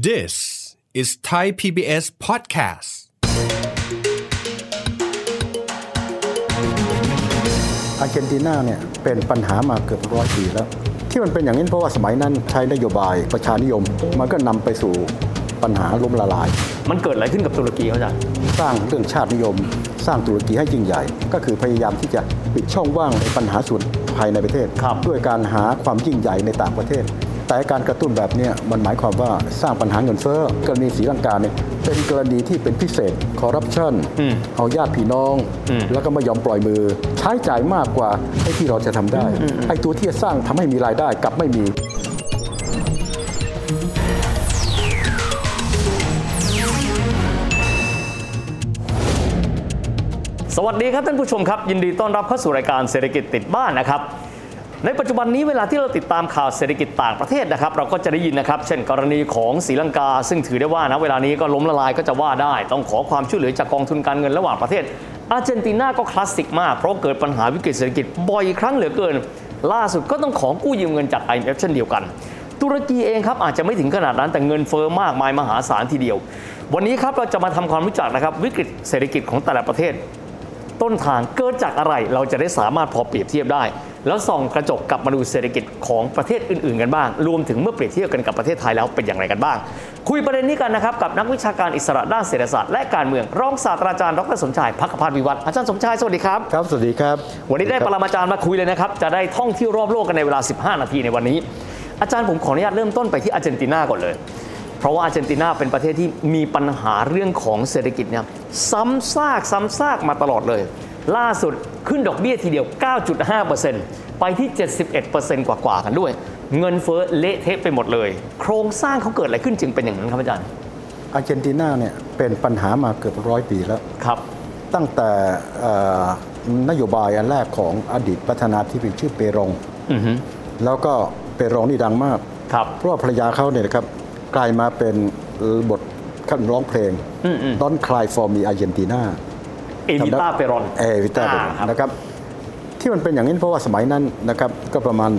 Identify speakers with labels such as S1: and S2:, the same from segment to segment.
S1: This is Thai PBS podcast.
S2: อาร์เจนตินาเนี่ยเป็นปัญหามาเกือบร้อยปีแล้ว ที่มันเป็นอย่างนี้เพราะว่าสมัยนั้นใช้นโยบายประชานิยม มันก็นำไปสู่ปัญหาล้มละลาย
S3: มันเกิดอะไรขึ้นกับตุรกีเขาจ้ะ
S2: สร้างเรื่องชาตินิยม สร้างตุรกีให้ยิ่งใหญ่ ก็คือพยายามที่จะปิดช่องว่างในปัญหาส่วนภายในประเทศ ด้วยการหาความยิ่งใหญ่ในต่างประเทศ แต่การกระตุ้นแบบเนี้มันหมายความว่าสร้างปัญหาเงินเฟ้อกรณีสีลังกาเนี่ยเป็นกรณีที่เป็นพิเศษคอร์รัปชันเอาญาติพี่น้อง แล้วก็ไม่ยอมปล่อยมือ ใช้จ่ายมากกว่าไอ้ที่เราจะทำได้ไอ้ตัวที่จะสร้างทำให้มีรายได้กลับไม่มี
S3: สวัสดีครับท่านผู้ชมครับ ยินดีต้อนรับเข้าสู่รายการเศรษฐกิจติดบ้านนะครับ ในปัจจุบันนี้เวลาที่เราติดตามข่าวเศรษฐกิจต่างประเทศนะครับ เราก็จะได้ยินนะครับ เช่น กรณีของศรีลังกา ซึ่งถือได้ว่านะเวลานี้ก็ล้มละลายก็จะว่าได้ ต้องขอความช่วยเหลือจากกองทุนการเงินระหว่างประเทศ อาร์เจนตินาก็คลาสสิกมาก เพราะเกิดปัญหาวิกฤตเศรษฐกิจบ่อยครั้งเหลือเกิน ล่าสุดก็ต้องขอกู้ยืมเงินจาก IMF เช่นเดียวกัน ตุรกีเองครับอาจจะไม่ถึงขนาดนั้นแต่เงินเฟ้อมากมายมหาศาลทีเดียว วันนี้ครับเราจะมาทำความรู้จักนะครับวิกฤตเศรษฐกิจของแต่ละประเทศ ต้นทางเกิดจากอะไรเราจะได้สามารถพอเปรียบเทียบได้ แล้วส่องกระจกกลับมาดูเศรษฐกิจของประเทศอื่น ๆ กันบ้าง รวมถึงเมื่อเปรียบเทียบกันกับประเทศไทยแล้วเป็นอย่างไรกันบ้าง คุยประเด็นนี้กันนะครับ กับนักวิชาการอิสระด้านเศรษฐศาสตร์และการเมืองรองศาสตราจารย์ดรสมชายพักขพัฒน์วิวัฒน์อาจารย์สมชายสวัสดีครับ
S2: ครับ สวัสดีครับ
S3: วันนี้ได้ปรมาจารย์มาคุยเลยนะครับ จะได้ท่องเที่ยวรอบโลกกันในเวลา 15 นาทีในวันนี้ อาจารย์ผมขออนุญาตเริ่มต้นไปที่อาร์เจนตินาก่อนเลย เพราะว่าอาร์เจนตินาเป็นประเทศที่มีปัญหาเรื่องของเศรษฐกิจเนี่ยซ้ำซากซ้ำซากมาตลอดเลย ล่าสุดขึ้นดอกเบี้ยทีเดียว 9.5%ไปที่ 71%กว่ากว่าๆกันด้วย เงินเฟ้อเละเทะไปหมดเลย โครงสร้างเขาเกิดอะไรขึ้นจึงเป็นอย่างนั้นครับอาจารย์
S2: อาร์เจนตินาเนี่ยเป็นปัญหามาเกือบร้อยปีแล้ว
S3: ครับ
S2: ตั้งแต่เอ่อนโยบายอันแรกของอดีตประธานาธิบดีชื่อเปรง
S3: อือฮึ
S2: แล้วก็เปรงนี่ดังมาก
S3: ครับ
S2: เพราะว่าภรรยาเขาเนี่ยนะครับกลายมาเป็นบทขันร้องเพลง
S3: อืมอืม
S2: Don't Cry for Me Argentina
S3: เอวิต้าเปรอน
S2: เอวิต้าเปรอ
S3: อ่า
S2: น
S3: ครับ
S2: นะครับที่มันเป็นอย่างนี้เพราะว่าสมัยนั้นนะครับก็ประมาณ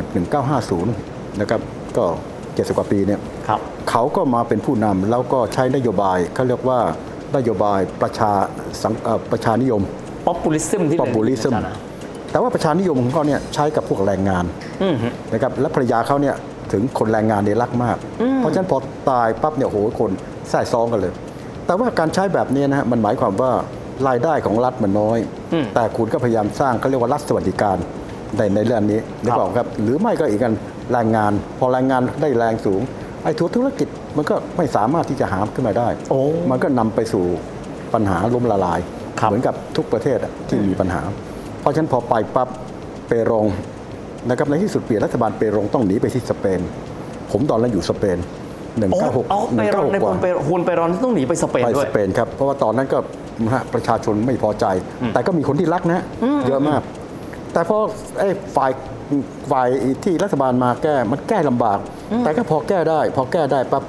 S2: 1950 นะครับก็70กว่าปีเนี่ย
S3: ครับ
S2: เขาก็มาเป็นผู้นำแล้วก็ใช้นโยบายเขาเรียกว่านโยบายประชาสังเอ่อประชานิยม
S3: ป๊อปปูลิซึมที่
S2: ป
S3: เป็
S2: อน บูลิซึม
S3: อาจารย์นะ
S2: แต่ว่าประชานิยมของเขาเนี่ยใช้กับพวกแรงงาน
S3: อือฮึ
S2: นะครับและภรรยาเขาเนี่ยถึงคนแรงงานเนี่ยรักมาก เพราะฉะนั้นพอตายปั๊บเนี่ยโอ้โหคนแส่ซ้องกันเลย แต่ว่าการใช้แบบเนี้ยนะฮะมันหมายความว่ารายได้ของรัฐมันน้อย
S3: อืม
S2: แต่คุณก็พยายามสร้างเขาเรียกว่ารัฐสวัสดิการในในเรื่องนี้นึกออกครับหรือไม่ก็อีกกันแรงงาน พอแรงงานได้แรงสูงไอ้ทุนธุรกิจมันก็ไม่สามารถที่จะหามขึ้นมาได้
S3: โอ้
S2: มันก็นำไปสู่ปัญหาล้มละลาย
S3: ครับ
S2: เหมือนกับทุกประเทศอะที่มีปัญหา เพราะฉะนั้นพอไปปั๊บเปโรงนะครับในที่สุดเปลี่ยนรัฐบาลเปโรงต้องหนีไปที่สเปน ผมตอนนั้นอยู่สเปน 196
S3: โอ้เอาไปรอน
S2: 196
S3: ใน
S2: ก
S3: ค
S2: ว่าน
S3: ไปคนไปรอนที่ต้องหนีไปสเปน
S2: ไป
S3: ด้ว
S2: ส
S3: ย
S2: เปนครับ เพราะว่าตอนนั้นก็นะฮะประชาชนไม่พอใจ แต่ก็มีคนที่รักนะเยอะมาก แต่พอไอ้ฝ่ายฝ่ายที่รัฐบาลมาแก้มันแก้ลำบาก แต่ก็พอแก้ได้ พอแก้ได้ปั๊บ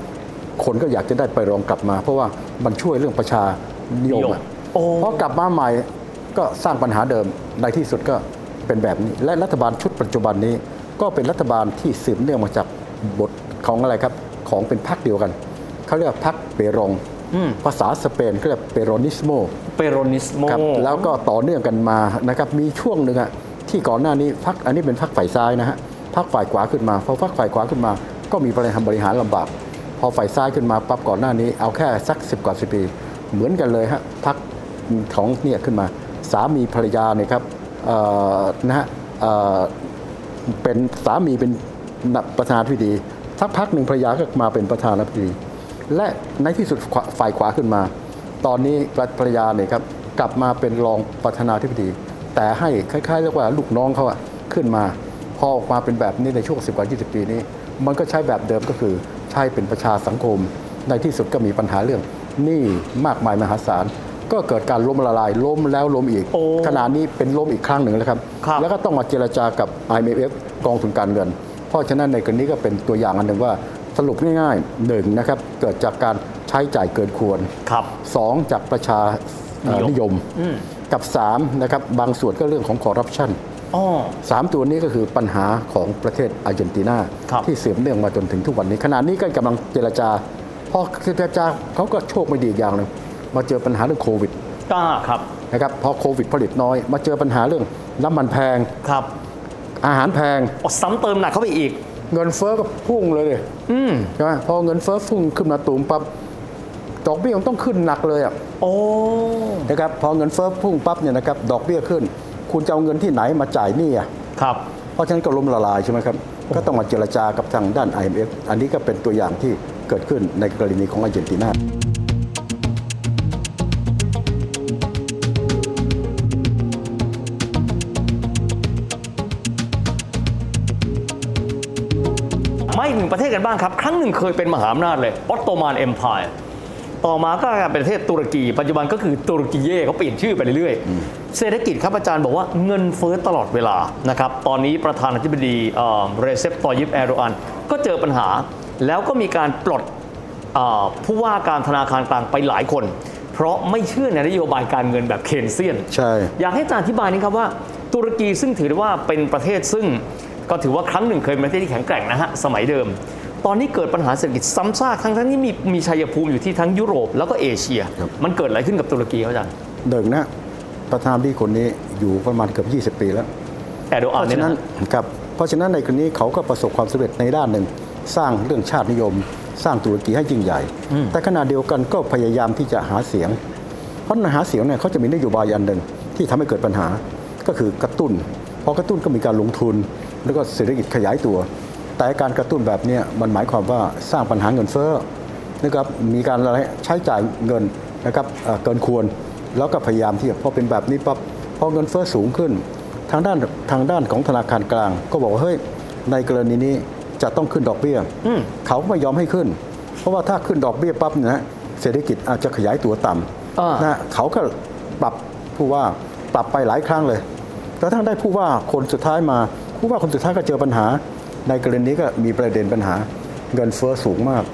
S2: คนก็อยากจะได้ไปรองกลับมา เพราะว่ามันช่วยเรื่องประชานิยมอะ
S3: โอ้
S2: พอกลับมาใหม่ก็สร้างปัญหาเดิมในที่สุดก็เป็นแบบนี้ และรัฐบาลชุดปัจจุบันนี้ ก็เป็นรัฐบาลที่สืบเนื่องมาจากบทของอะไรครับ ของเป็นพรรคเดียวกัน เขาเรียกว่าพรรคเปโรง
S3: อืม
S2: ภาษาสเปนเขาเรียกเปโรนิสโม
S3: เปโรนิสโม
S2: ครับแล้วก็ต่อเนื่องกันมานะครับมีช่วงหนึ่งอะที่ก่อนหน้านี้พรรคอันนี้เป็นพรรคฝ่ายซ้ายนะฮะพรรคฝ่ายขวาขึ้นมาพอพรรคฝ่ายขวาขึ้นมา ก็มีบริหารบริหารลำบากพอฝ่ายซ้ายขึ้นมาปั๊บก่อนหน้านี้เอาแค่สักสิบกว่าสิบปี เหมือนกันเลยฮะพรรคของเนี่ยขึ้นมาสามีภรรยาเนี่ยครับเอ่อนะฮะเอ่อ เป็นสามีเป็นประธานาธิบดีสักพักหนึ่งภรรยาก็มาเป็นประธานาธิบดี และในที่สุดขวาฝ่ายขวาขึ้นมา ตอนนี้ภรรยาเนี่ยครับกลับมาเป็นรองประธานาธิบดี แต่ให้คล้ายๆเรียกว่าลูกน้องเขาอะขึ้นมา พอออกมาเป็นแบบนี้ในช่วง 10 กว่า 20 ปีนี้ มันก็ใช้แบบเดิมก็คือใช้เป็นประชาสังคม ในที่สุดก็มีปัญหาเรื่องหนี้มากมายมหาศาลก็เกิดการล้มละลายล้มแล้วล้มอีก
S3: โอ้
S2: ขณะนี้เป็นล้มอีกครั้งหนึ่งแล้วครับ
S3: ครับ
S2: แล้วก็ต้องมาเจรจากับ IMF กองทุนการเงิน เพราะฉะนั้นในกรณีก็เป็นตัวอย่างอันหนึ่งว่าสรุปง่ายๆหนึ่งนะครับเกิดจากการใช้จ่ายเกินควร
S3: ครับ
S2: สองจากประชาเอ่อ
S3: นิยม
S2: นิยม กับสามนะครับบางส่วนก็เรื่องของคอร์รัปชัน
S3: อ๋อ
S2: สามตัวนี้ก็คือปัญหาของประเทศอาร์เจนตินา
S3: ครับ
S2: ที่สืบเนื่องมาจนถึงทุกวันนี้ ขณะนี้ก็กำลังเจรจาพ พอเจรจาเขาก็โชคไม่ดีอีกอย่างหนึ่งมาเจอปัญหาเรื่องโควิด
S3: อ่าครับ
S2: นะครับพอโควิดผลิตน้อย มาเจอปัญหาเรื่องน้ำมันแพง
S3: ครับ
S2: อาหารแพง
S3: อ๋อซ้ำเติมหนักเข้าไปอีก
S2: เงินเฟ้อก็พุ่งเลยดิ
S3: อืม
S2: ใช่ไหมพอเงินเฟ้อพุ่งขึ้นมาตูมปั๊บดอกเบี้ยมันต้องขึ้นหนักเลยอ่ะ
S3: โอ้
S2: นะครับพอเงินเฟ้อพุ่งปั๊บเนี่ยนะครับดอกเบี้ยขึ้น คุณจะเอาเงินที่ไหนมาจ่ายหนี้อ่ะ
S3: ครับ
S2: เพราะฉะนั้นก็ล้มละลายใช่ไหมครับก็ต้องมาเจรจากับทางด้าน IMF อันนี้ก็เป็นตัวอย่างที่เกิดขึ้นในกรณีของอาร์เจนตินา
S3: ไม่ถึงประเทศกันบ้างครับ ครั้งหนึ่งเคยเป็นมหาอำนาจเลยออตโตมันเอ็มพายต่อมาก็กลายเป็นประเทศตุรกี ปัจจุบันก็คือตุรกีเย่เขาเปลี่ยนชื่อไปเรื่อยๆ เศรษฐกิจครับอาจารย์บอกว่าเงินเฟ้อตลอดเวลานะครับตอนนี้ประธานาธิบดีเอ่อเรเซปตอยิปแอโดอันก็เจอปัญหา แล้วก็มีการปลดเอ่อผู้ว่าการธนาคารกลางไปหลายคน เพราะไม่เชื่อในนโยบายการเงินแบบเคนเซียน
S2: ใช่
S3: อยากให้อาจารย์อธิบายนี้ครับว่าตุรกีซึ่งถือได้ว่าเป็นประเทศซึ่งก็ถือว่าครั้งหนึ่งเคยเป็นประเทศที่แข็งแกร่งนะฮะสมัยเดิม ตอนนี้เกิดปัญหาเศรษฐกิจซ้ำซากทั้งทั้งๆที่มีมีชัยภูมิอยู่ที่ทั้งยุโรปแล้วก็เอเชีย
S2: ครับ
S3: มันเกิดอะไรขึ้นกับตุรกีครับอาจารย์
S2: หนึ่งนะประธานดีคนนี้อยู่ประมาณเกือบ 20 ปีแล้ว
S3: แอร์โด
S2: เพ
S3: อัน
S2: ราะ
S3: เนี่ย
S2: ฉะนั้น
S3: นะ
S2: ครับเพราะฉะนั้นในกรณีเขาก็ประสบความสำเร็จในด้านหนึ่ง สร้างเรื่องชาตินิยม สร้างตุรกีให้ยิ่งใหญ่ แต่ขณะเดียวกันก็พยายามที่จะหาเสียง เพราะหาเสียงเนี่ยเขาจะมีนโยบายอันหนึ่งที่ทำให้เกิดปัญหาก็คือกระตุ้นพอกระตุ้นก็มีการลงทุน แล้วก็เศรษฐกิจขยายตัว แต่การกระตุ้นแบบเนี้มันหมายความว่าสร้างปัญหาเงินเฟ้อนะครับมีการอะไรใช้จ่ายเงินนะครับเอ่อเกินควร แล้วก็พยายามที่จะพอเป็นแบบนี้ปั๊บพอเงินเฟ้อสูงขึ้น ทางด้านทางด้านของธนาคารกลาง ก็บอกว่าเฮ้ยในกรณีนี้จะต้องขึ้นดอกเบี้ยเขาก็ไม่ยอมให้ขึ้น เพราะว่าถ้าขึ้นดอกเบี้ยปั๊บเนยนะเศรษฐกิจอาจจะขยายตัว
S3: า
S2: ต่ำ
S3: น
S2: นะเขาก็ปรับผู้ว่าปรับไปหลายครั้งเลยกระทั่งได้ผู้ว่าคนสุดท้ายมา ผู้ว่าคนสุดท้ายก็เจอปัญหา ในกรณีนี้ก็มีประเด็นปัญหา เงินเฟ้อสูงมาก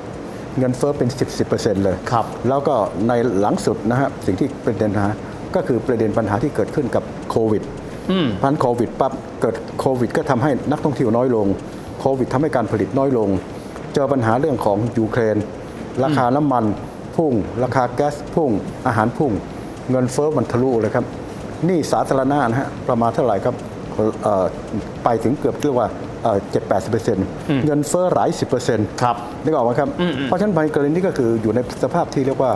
S2: เงินเฟ้อเป็น 10-10%เลย
S3: ครับ
S2: แล้วก็ในหลังสุดนะฮะสิ่งที่เป็นปัญหาก็คือประเด็นปัญหาที่เกิดขึ้นกับโควิดพันโควิดปั๊บเกิดโควิด ก็ทำให้นักท่องเที่ยวน้อยลง โควิดทำให้การผลิตน้อยลง เจอปัญหาเรื่องของยูเครน ราคาน้ำมันพุ่ง ราคาแก๊สพุ่ง อาหารพุ่ง เงินเฟ้อมันทะลุเลยครับหนี่สาธารณะนะฮะประมาณเท่าไหร่ครับเอ่อไปถึงเกือบเรียกว่าเจ็ดแปดสิบเปอร์เซ็นต์เงินเฟ้อหลายสิบเปอร์เซ็นต์
S3: ครับ
S2: นึกออกไหมครับ เพราะฉะนั้นในกรณีนี้ก็คืออยู่ในสภาพที่เรียกว่า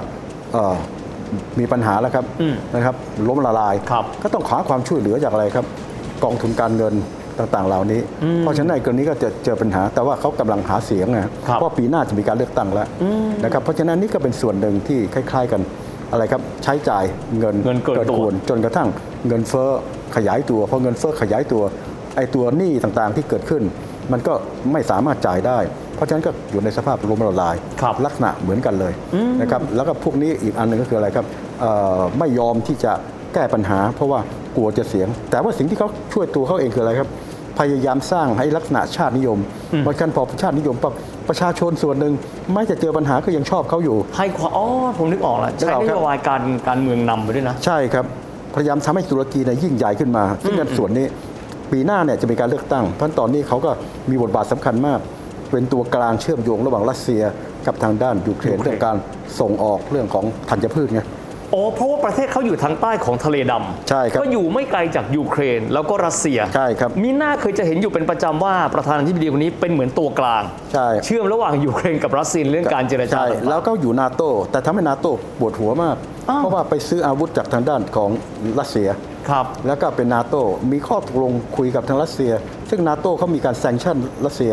S2: เอ่อมีปัญหาแล้วครับนะครับล้มละลาย
S3: ครับ
S2: ก็ต้องขอความช่วยเหลือจากอะไรครับ กองทุนการเงินต่างๆ เหล่านี้ เพราะฉะนั้นในกรณีก็จะเจอปัญหา แต่ว่าเขากำลังหาเสียงนะเพราะปีหน้าจะมีการเลือกตั้งแล้วนะครับเพราะฉะนั้นนี่ก็เป็นส่วนหนึ่งที่คล้าย ๆกันอะไรครับใช้จ่ายเงิน
S3: เงินเกินตัว
S2: ควรจนกระทั่งเงินเฟ้อขยายตัวพอเงินเฟ้อขยายตัวไอ้ตัวหนี้ต่างๆที่เกิดขึ้น มันก็ไม่สามารถจ่ายได้ เพราะฉะนั้นก็อยู่ในสภาพล้มละลาย
S3: ครับ
S2: ลักษณะเหมือนกันเลยนะครับแล้วก็พวกนี้อีกอันหนึ่งก็คืออะไรครับเอ่อไม่ยอมที่จะแก้ปัญหา เพราะว่ากลัวจะเสียง แต่ว่าสิ่งที่เขาช่วยตัวเขาเองคืออะไรครับ พยายามสร้างให้ลักษณะชาตินิยมเพราะฉะนันพอชาตินิยมปั๊บประชาชนส่วนหนึ่งไม่จะเจอปัญหาก็ยังชอบเขาอยู่
S3: ให้ความอ๋อผมนึกออกแล้วใช้นโยบายการการเมืองนำไปด้วยนะ
S2: ใช่ครับ พยายามทำให้ตุรกีเนี่ยยิ่งใหญ่ขึ้นมา ซึ่งในส่วนนี้ปีหน้าเนี่ยจะมีการเลือกตั้งเพราะฉะนั้นตอนนี้เขาก็มีบทบาทสำคัญมาก เป็นตัวกลางเชื่อมโยงระหว่างรัสเซียกับทางด้านยูเครน
S3: ยูเครน
S2: เรื่องการส่งออกเรื่องของธัญพืชไง
S3: อ๋อเพราะว่าประเทศเขาอยู่ทางใต้ของทะเลดำ
S2: ใช่ครับ
S3: ก็อยู่ไม่ไกลจากยูเครนแล้วก็รัสเซีย
S2: ใช่ครับ
S3: มีหน้าเคยจะเห็นอยู่เป็นประจำว่าประธานาธิบดีคนนี้เป็นเหมือนตัวกลาง
S2: ใช่
S3: เชื่อมระหว่างยูเครนกับรัสเซียเรื่องการเจรจา
S2: ใช่
S3: ต่างๆ
S2: แล้วก็อยู่นาโตแต่ทำให้นาโตปวดหัวมาก
S3: อ้าว
S2: เพราะว่าไปซื้ออาวุธจากทางด้านของรัสเซีย
S3: ครับ
S2: แล้วก็เป็นนาโตมีข้อตกลงคุยกับทางรัสเซีย ซึ่งนาโตเขามีการแซงชั่นรัสเซีย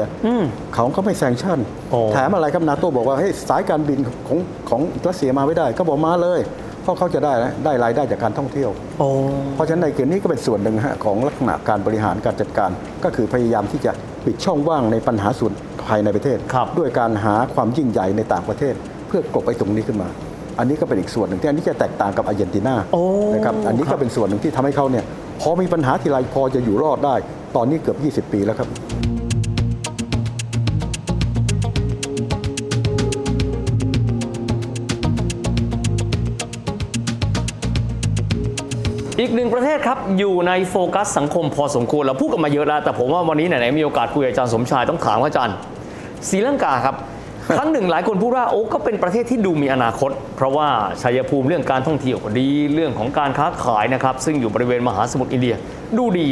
S2: เขาก็ไม่แซงชั่น
S3: โอ้
S2: แถมอะไรครับนาโตบอกว่าเฮ้ยสายการบินของของรัสเซียมาไม่ได้ ก็บอกมาเลย เพราะเขาจะได้นะได้รายได้จากการท่องเที่ยว
S3: โอ้
S2: เพราะฉะนั้นในเกณฑ์นี้ก็เป็นส่วนหนึ่งฮะของลักษณะการบริหารการจัดการ ก็คือพยายามที่จะปิดช่องว่างในปัญหาส่วนภายในประเทศ
S3: ครับ
S2: ด้วยการหาความยิ่งใหญ่ในต่างประเทศ เพื่อกลบไอ้ตรงนี้ขึ้นมา อันนี้ก็เป็นอีกส่วนหนึ่งที่อันนี้จะแตกต่างกับอาร์เจนตินา
S3: โอ้
S2: นะครับอันนี้
S3: ครั
S2: ก็
S3: บ
S2: เป็นส่วนหนึ่งที่ทำให้เขาเนี่ยพอมีปัญหาทีไรพอจะอยู่รอดได้ ตอนนี้เกือบ 20 ปีแล้วครับ
S3: อีกหนึ่งประเทศครับ อยู่ในโฟกัสสังคมพอสมควรเราพูด กันมาเยอะแล้ว แต่ผมว่าวันนี้ไหนๆมีโอกาสคุยกับอาจารย์สมชายต้องถามว่าอาจารย์ศรีลังกาครับ ครั้งหนึ่งหลายคนพูดว่าโอ้ก็เป็นประเทศที่ดูมีอนาคต เพราะว่าชัยภูมิเรื่องการท่องเที่ยวก็ดีเรื่องของการค้าขายนะครับ ซึ่งอยู่บริเวณมหาสมุทรอินเดีย ดูดี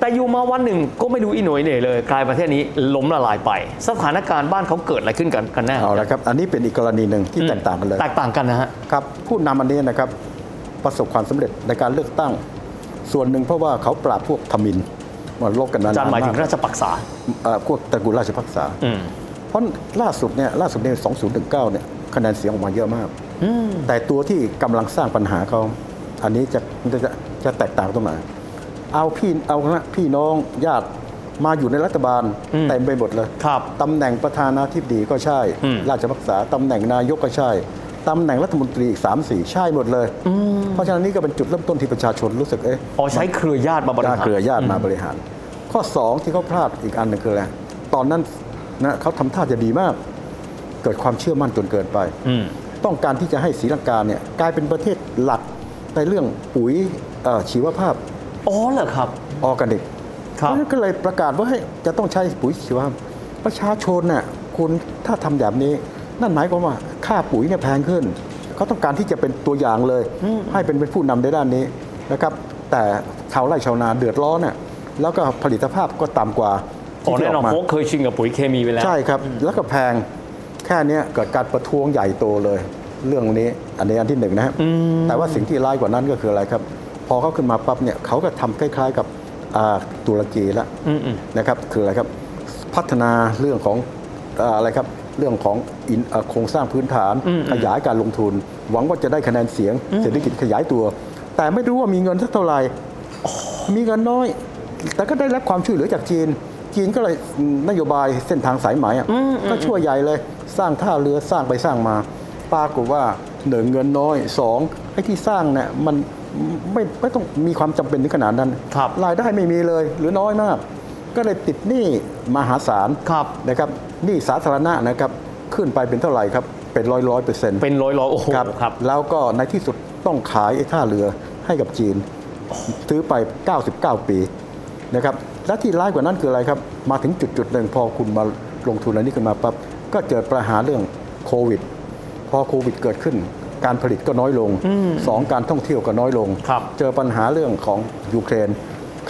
S3: แต่อยู่มาวันหนึ่งก็ไม่ดูอีหน่วยเหน่เลย กลายประเทศนี้ล้มละลายไป สถานการณ์บ้านเขาเกิดอะไรขึ้นกันกันแน่
S2: เอาละครับ อันนี้เป็นอีกกรณีหนึ่งที่แตกต่างกันเลย
S3: แตกต่างกันนะฮะ
S2: ครับผู้นำอันนี้นะครับประสบความสำเร็จในการเลือกตั้ง ส่วนหนึ่งเพราะว่าเขาปราบพวกทมินมันลบกันนาน
S3: อาจารย์หมายถึง
S2: ก
S3: ราชปักษา
S2: เอ่อพวกตระกูลราชพักษา
S3: อืม
S2: เพราะล่าสุดเนี่ยล่าสุดเนี่ย2019เนี่ยคะแนนเสียงออกมาเยอะมาก แต่ตัวที่กำลังสร้างปัญหาเขาอันนี้จะจะจะจะแตกต่างตรงไหนเอาพี่เอาคณะพี่น้องญาติมาอยู่ในรัฐบาลเต็มไปหมดเลย
S3: ครับ
S2: ตำแหน่งประธานาธิบดีก็ใช่
S3: อืม
S2: ราชบักษาตำแหน่งนายกก็ใช่ ตำแหน่งรัฐมนตรีอีกสามสี่ใช่หมดเลย เพราะฉะนั้นนี่ก็เป็นจุดเริ่มต้นที่ประชาชนรู้สึกเอ๊ะ
S3: อ๋อใช้เครือญาติมาบริหาร
S2: เครือญาติมาบริหาร ข้อสองที่เขาพลาดอีกอันหนึ่งคืออะไรตอนนั้นนะเขาทำท่าจะดีมาก เกิดความเชื่อมั่นจนเกินไป
S3: อืม
S2: ต้องการที่จะให้ศรีลังกาเนี่ยกลายเป็นประเทศหลักในเรื่องปุ๋ยเอ่อชีวภาพ
S3: อ๋อเหรอครับ
S2: ออร์แกนิก
S3: ครับ
S2: เพราะฉะนั้นก็เลยประกาศว่าให้จะต้องใช้ปุ๋ยชีวภาพประชาชนน่ะคุณถ้าทำแบบนี้ นั่นหมายความว่าค่าปุ๋ยเนี่ยแพงขึ้น เขาต้องการที่จะเป็นตัวอย่างเลย ให้เป็นเป็นผู้นำในด้านนี้นะครับ แต่ชาวไร่ชาวนาเดือดร้อนน่ะแล้วก็ผลิตภาพก็ต่ำกว่า
S3: อ๋อ
S2: ที่
S3: แน่นอน
S2: กมา
S3: โค้กเคยชินกับปุ๋ยเคมีไปแล้ว
S2: ใช่ครับ แล้วก็แพงแค่เนี้ยเกิดการประท้วงใหญ่โตเลย เรื่องนี้อันนี้อันที่หนึ่งนะครับแต่ว่าสิ่งที่ร้ายกว่านั้นก็คืออะไรครับ พอเขาขึ้นมาปั๊บเนี่ยเขาก็ทำคล้าย ๆกับอ่าตุรกีละ
S3: อืมอืม
S2: นะครับคืออะไรครับพัฒนาเรื่องของเอ่ออะไรครับเรื่องของอินเอ่อโครงสร้างพื้นฐานขยายการลงทุน หวังว่าจะได้คะแนนเสียงเศรษฐกิจขยายตัว แต่ไม่รู้ว่ามีเงินสักเท่าไหร่มีเงินน้อย แต่ก็ได้รับความช่วยเหลือจากจีน จีนก็เลยนโยบายเส้นทางสายไหมอะก็ช่วยใหญ่เลยสร้างท่าเรือสร้างไปสร้างมาปรากฏว่าหนึ่งเงินน้อยสองไอ้ที่สร้างเนี่ยมันไม่ไม่ต้องมีความจำเป็นถึงขนาดนั้น
S3: ครับ
S2: รายได้ไม่มีเลยหรือน้อยมาก ก็เลยติดหนี้มหาศาล
S3: ครับ
S2: นะครับหนี้สาธารณะนะครับขึ้นไปเป็นเท่าไหร่ครับ เป็นร้อยร้อยเปอร์เซ็นต์
S3: เป็นร้อยร้อยๆโอ้โหครับ
S2: แล้วก็ในที่สุดต้องขายไอ้ท่าเรือให้กับจีน ซื้อไป 99 ปีนะครับและที่ร้ายกว่านั้นคืออะไรครับ มาถึงจุดจุดๆหนึ่งพอคุณมาลงทุนอะไรนี้ขึ้นมาปั๊บก็เจอปัญหาเรื่องโควิด พอโควิดเกิดขึ้น การผลิตก็น้อยลงสองการท่องเที่ยวก็น้อยลง
S3: ครับ
S2: เจอปัญหาเรื่องของยูเครน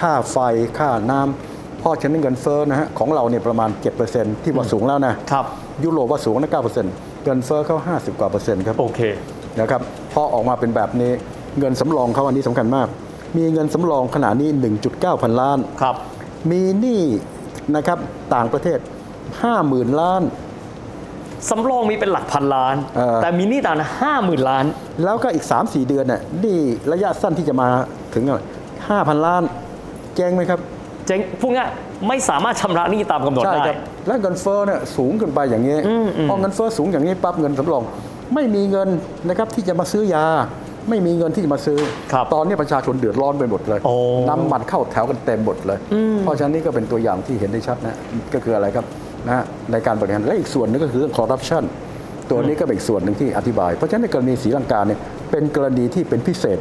S2: ค่าไฟ ค่าน้ำเพราะฉะนั้นเงินเฟ้อนะฮะของเราเนี่ยประมาณ 7%ที่ว่าสูงแล้วนะ
S3: ครับ
S2: ยุโรปว่าสูงนะ9%เงินเฟ้อเขา50 กว่าเปอร์เซ็นต์ครับ
S3: โอเค
S2: นะครับพอออกมาเป็นแบบนี้เงินสำรองเขาอันนี้สำคัญมาก มีเงินสำรองขณะนี้ 1.9 พันล้าน
S3: ครับ
S2: มีหนี้นะครับต่างประเทศ 50,000 ล้าน
S3: สำรองมีเป็นหลักพันล้าน
S2: เออ
S3: แต่มีหนี้ต่างห้าหมื่นล้าน
S2: แล้วก็อีก 3-4 เดือนน่ะหนี้ระยะสั้นที่จะมาถึงห้าพันล้าน แจ้งไหมครับ
S3: เจ๊งพูดง่ายไม่สามารถชำระหนี้ตามกำหนดได้
S2: ครัแล้วเงินเฟ้อเนี่ยสูงขึ้นไปอย่างนี้พอเงินเฟ้อสูงอย่างนี้ปั๊บเงินสำรอง ไม่มีเงินนะครับที่จะมาซื้อยา ไม่มีเงินที่จะมาซื้อ
S3: ครับ
S2: ตอนนี้ประชาชนเดือดร้อนไปหมดเลย
S3: โอ้
S2: น้ำมันเข้าแถวกันเต็มหมดเลย เพราะฉะนั้นนี่ก็เป็นตัวอย่างที่เห็นได้ชัดนะก็คืออะไรครับนะฮะในการบริหารและอีกส่วนหนึงก็คือเรื่องคอร์รัปชันตัวนี้ก็เป็นอีกส่วนหนึ่งที่อธิบาย เพราะฉะนั้นในกรณีศรีลังกาเนี่ยเป็นกรณีที่เป็นพิเศษ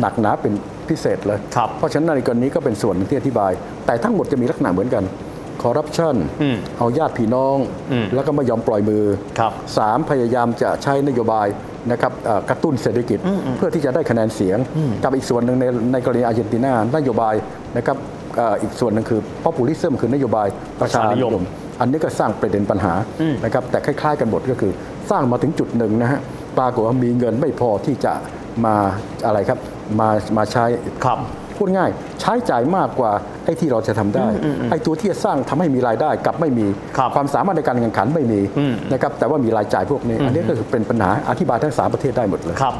S2: หนักหนาเป็นพิเศษเลย
S3: ครับ
S2: เพราะฉะนั้นในกรณีก็เป็นส่วนหนึ่งที่อธิบาย แต่ทั้งหมดจะมีลักษณะเหมือนกันคอร์รัปชัน
S3: อืม
S2: เอาญาติพี่น้อง
S3: อืม
S2: แล้วก็ไม่ยอมปล่อยมือ
S3: ครับ
S2: สามพยายามจะใช้นโยบายนะครับเอ่อกระตุ้นเศรษฐกิจเพื่อที่จะได้คะแนนเสียง กับอีกส่วนหนึ่งในในกรณีอาร์เจนตินานโยบายนะครับเอ่ออีกส่วนหนึ่งคือ populism คือนโยบายประชานิย
S3: ประชานิย
S2: ม
S3: ม
S2: อันนี้ก็สร้างประเด็นปัญหานะครับแต่คล้ายๆกันหมดก็คือสร้างมาถึงจุดหนึ่งนะฮะปรากฏว่ามีเงินไม่พอที่จะมาอะไรครับมามาใช้
S3: ครับ
S2: พูดง่ายใช้จ่ายมากกว่าไอ้ที่เราจะทำได้ ไอ้ตัวที่จะสร้างทำให้มีรายได้กลับไม่มี
S3: ครับ
S2: ความสามารถในการแข่งขันไม่มี
S3: อืม
S2: นะครับแต่ว่ามีรายจ่ายพวกนี้ อันนี้ก็คือเป็นปัญหาอธิบายทั้งสามประเทศได้หมดเลย
S3: ครับ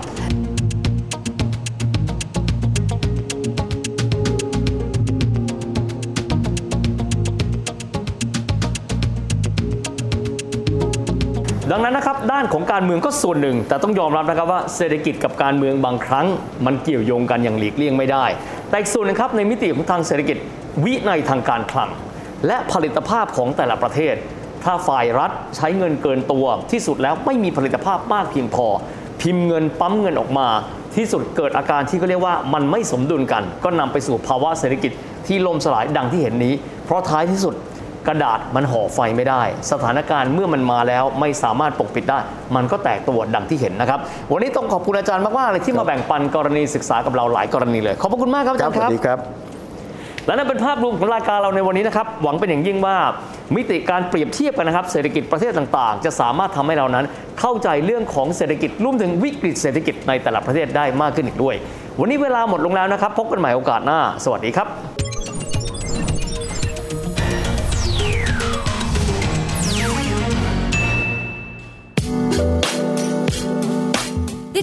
S3: ดังนั้นนะครับด้านของการเมืองก็ส่วนหนึ่ง แต่ต้องยอมรับนะครับว่าเศรษฐกิจกับการเมืองบางครั้ง มันเกี่ยวโยงกันอย่างหลีกเลี่ยงไม่ได้ แต่อีกส่วนหนึงครับในมิติของทางเศรษฐกิจวินัยทางการคลัง และผลิตภาพของแต่ละประเทศ ถ้าฝ่ายรัฐใช้เงินเกินตัวที่สุดแล้วไม่มีผลิตภาพมากเพียงพอ พิมพ์เงินปั๊มเงินออกมา ที่สุดเกิดอาการที่เขาเรียกว่ามันไม่สมดุลกัน ก็นำไปสู่ภาวะเศรษฐกิจที่ล่มสลายดังที่เห็นนี้ เพราะท้ายที่สุด กระดาษมันห่อไฟไม่ได้ สถานการณ์เมื่อมันมาแล้วไม่สามารถปกปิดได้ มันก็แตกตัวดังที่เห็นนะครับ วันนี้ต้องขอบคุณอาจารย์มากๆเลยที่มาแบ่งปันกรณีศึกษากับเราหลายกรณีเลย ขอบพระคุณมากครับอาจารย์
S2: ส
S3: ครับ
S2: วัสดีครับ
S3: และนั่นเป็นภาพรวมของรายการเราในวันนี้นะครับ หวังเป็นอย่างยิ่งว่ามิติการเปรียบเทียบกันนะครับ เศรษฐกิจประเทศต่างๆ จะสามารถทำให้เรานั้น เข้าใจเรื่องของเศรษฐกิจรวมถึงวิกฤตเศรษฐกิจในแต่ละประเทศได้มากขึ้นอีกด้วย วันนี้เวลาหมดลงแล้วนะครับ พบกันใหม่โอกาสหน้า สวัสดีครับ
S4: ติ